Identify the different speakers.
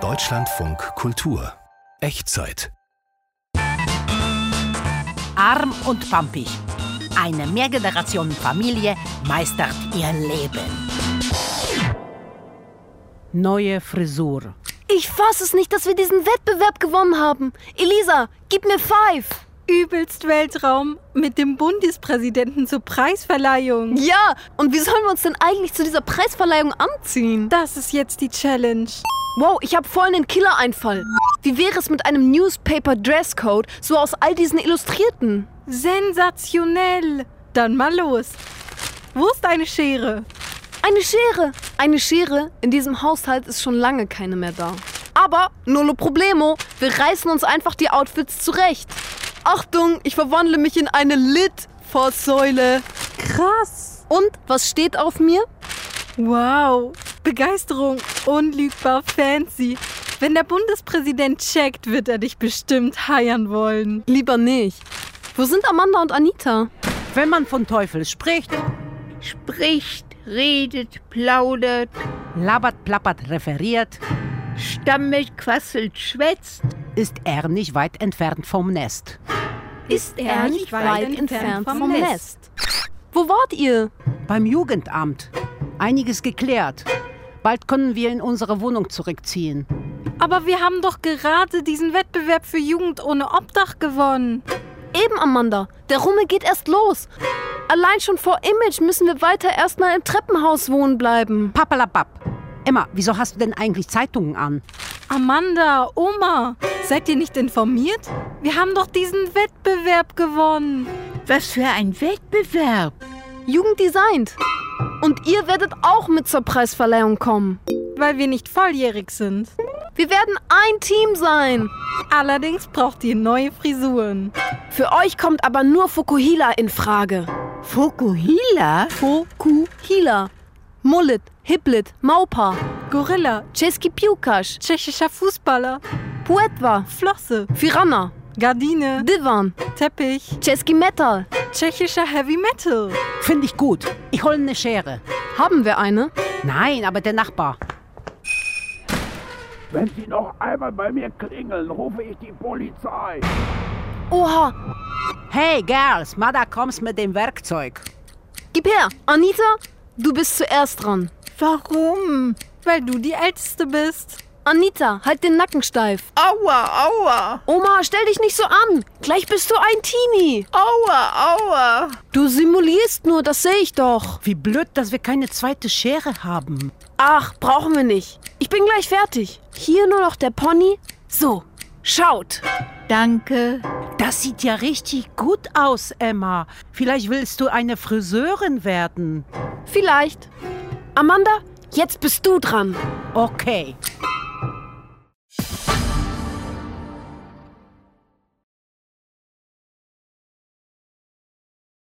Speaker 1: Deutschlandfunk Kultur. Echtzeit.
Speaker 2: Arm und pampig. Eine Mehrgenerationenfamilie meistert ihr Leben. Neue Frisur.
Speaker 3: Ich fass es nicht, dass wir diesen Wettbewerb gewonnen haben. Elisa, gib mir Five.
Speaker 4: Übelst Weltraum mit dem Bundespräsidenten zur Preisverleihung.
Speaker 3: Ja, und wie sollen wir uns denn eigentlich zu dieser Preisverleihung anziehen?
Speaker 4: Das ist jetzt die Challenge.
Speaker 3: Wow, ich habe voll einen Killer-Einfall. Wie wäre es mit einem Newspaper-Dresscode, so aus all diesen Illustrierten?
Speaker 4: Sensationell. Dann mal los. Wo ist eine Schere?
Speaker 3: Eine Schere. Eine Schere. In diesem Haushalt ist schon lange keine mehr da. Aber, nullo problemo, wir reißen uns einfach die Outfits zurecht. Achtung, ich verwandle mich in eine Lit-Fossäule.
Speaker 4: Krass.
Speaker 3: Und was steht auf mir?
Speaker 4: Wow. Begeisterung. Unlügbar fancy. Wenn der Bundespräsident checkt, wird er dich bestimmt heiern wollen.
Speaker 3: Lieber nicht. Wo sind Amanda und Anita?
Speaker 2: Wenn man von Teufel spricht,
Speaker 5: spricht, redet, plaudert,
Speaker 2: labert, plappert, referiert,
Speaker 5: stammelt, quasselt, schwätzt,
Speaker 2: ist er nicht weit entfernt vom Nest.
Speaker 4: Ist er nicht weit entfernt vom Nest?
Speaker 3: Wo wart ihr?
Speaker 2: Beim Jugendamt. Einiges geklärt. Bald können wir in unsere Wohnung zurückziehen.
Speaker 4: Aber wir haben doch gerade diesen Wettbewerb für Jugend ohne Obdach gewonnen.
Speaker 3: Eben, Amanda. Der Rummel geht erst los. Allein schon vor Image müssen wir weiter erstmal im Treppenhaus wohnen bleiben.
Speaker 2: Pappalapapp. Emma, wieso hast du denn eigentlich Zeitungen an?
Speaker 4: Amanda, Oma, Ah, seid ihr nicht informiert? Wir haben doch diesen Wettbewerb gewonnen.
Speaker 5: Was für ein Wettbewerb.
Speaker 3: Jugend designt. Und ihr werdet auch mit zur Preisverleihung kommen.
Speaker 4: Weil wir nicht volljährig sind.
Speaker 3: Wir werden ein Team sein.
Speaker 4: Allerdings braucht ihr neue Frisuren.
Speaker 3: Für euch kommt aber nur Fukuhila in Frage.
Speaker 5: Fokuhila?
Speaker 3: Fukuhila. Mullet, Hiblet, Maupa,
Speaker 4: Gorilla,
Speaker 3: Czeski Piłkarz,
Speaker 4: tschechischer Fußballer,
Speaker 3: Puetwa,
Speaker 4: Flosse,
Speaker 3: Firana,
Speaker 4: Gardine,
Speaker 3: Divan,
Speaker 4: Teppich,
Speaker 3: Czeski Metal.
Speaker 4: tschechischer Heavy Metal.
Speaker 2: Finde ich gut. Ich hole eine Schere.
Speaker 3: Haben wir eine?
Speaker 2: Nein, aber der Nachbar.
Speaker 6: Wenn Sie noch einmal bei mir klingeln, rufe ich die Polizei.
Speaker 3: Oha,
Speaker 2: Hey, Girls, Mada kommst mit dem Werkzeug.
Speaker 3: gib her. Anita, du bist zuerst dran.
Speaker 5: Warum?
Speaker 4: Weil du die Älteste bist.
Speaker 3: Anita, halt den Nacken steif.
Speaker 5: Aua, aua,
Speaker 3: Oma, stell dich nicht so an. Gleich bist du ein Teenie.
Speaker 5: aua, aua.
Speaker 3: Du simulierst nur, das sehe ich doch.
Speaker 2: Wie blöd, dass wir keine zweite Schere haben.
Speaker 3: Ach, brauchen wir nicht. Ich bin gleich fertig. Hier nur noch der Pony. So, schaut.
Speaker 5: Danke.
Speaker 2: Das sieht ja richtig gut aus, Emma. Vielleicht willst du eine Friseurin werden.
Speaker 3: Vielleicht. Amanda, jetzt bist du dran.
Speaker 2: Okay.